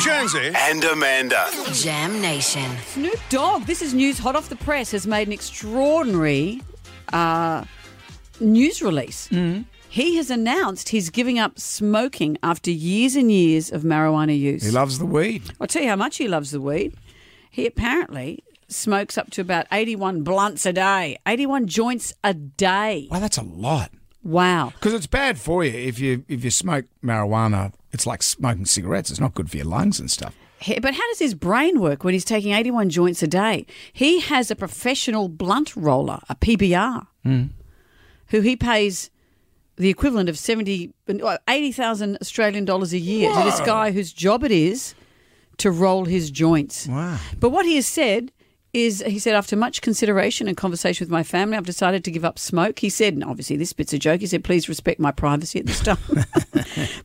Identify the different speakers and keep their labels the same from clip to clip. Speaker 1: Jonesy and Amanda.
Speaker 2: Jam Nation.
Speaker 3: Snoop Dogg, this is news hot off the press, has made an extraordinary uh, news release. He has announced he's giving up smoking after years and years of marijuana use.
Speaker 4: He loves the weed.
Speaker 3: I'll tell you how much he loves the weed. He apparently smokes up to about 81 blunts a day, 81 joints a day.
Speaker 4: Wow, that's a lot.
Speaker 3: Wow.
Speaker 4: Because it's bad for you if you if you smoke marijuana. It's like smoking cigarettes. It's not good for your lungs and stuff.
Speaker 3: He- But how does his brain work when he's taking 81 joints a day? He has a professional blunt roller, a PBR, who he pays the equivalent of 70, well, 80,000 Australian dollars a year to this guy whose job it is to roll his joints.
Speaker 4: Wow.
Speaker 3: But what he has said is, he said, after much consideration and conversation with my family, I've decided to give up smoke. He said, and obviously this bit's a joke, he said, please respect my privacy at this time.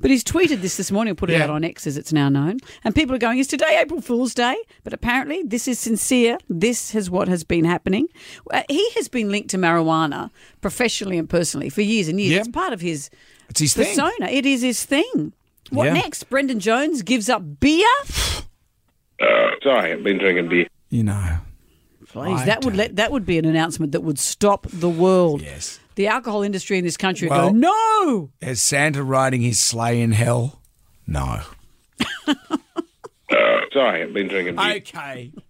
Speaker 3: but he's tweeted this this morning, put it
Speaker 4: Yeah.
Speaker 3: out on X as it's now known. And people are going, is today April Fool's Day? But apparently this is sincere. This is what has been happening. Uh, He has been linked to marijuana professionally and personally for years and years.
Speaker 4: Yeah.
Speaker 3: It's part of his
Speaker 4: It's his thing.
Speaker 3: persona. It is his thing. What
Speaker 4: Yeah.
Speaker 3: next? Brendan Jones gives up beer?
Speaker 5: Sorry, I've been drinking beer.
Speaker 4: You know.
Speaker 3: Please,
Speaker 4: I
Speaker 3: that would
Speaker 4: don't-
Speaker 3: let that would be an announcement that would stop the world.
Speaker 4: Yes.
Speaker 3: The alcohol industry in this country
Speaker 4: Well-
Speaker 3: would go, no.
Speaker 4: Is Santa riding his sleigh in hell? No.
Speaker 5: Uh, Sorry, I've been drinking beer.
Speaker 4: Okay.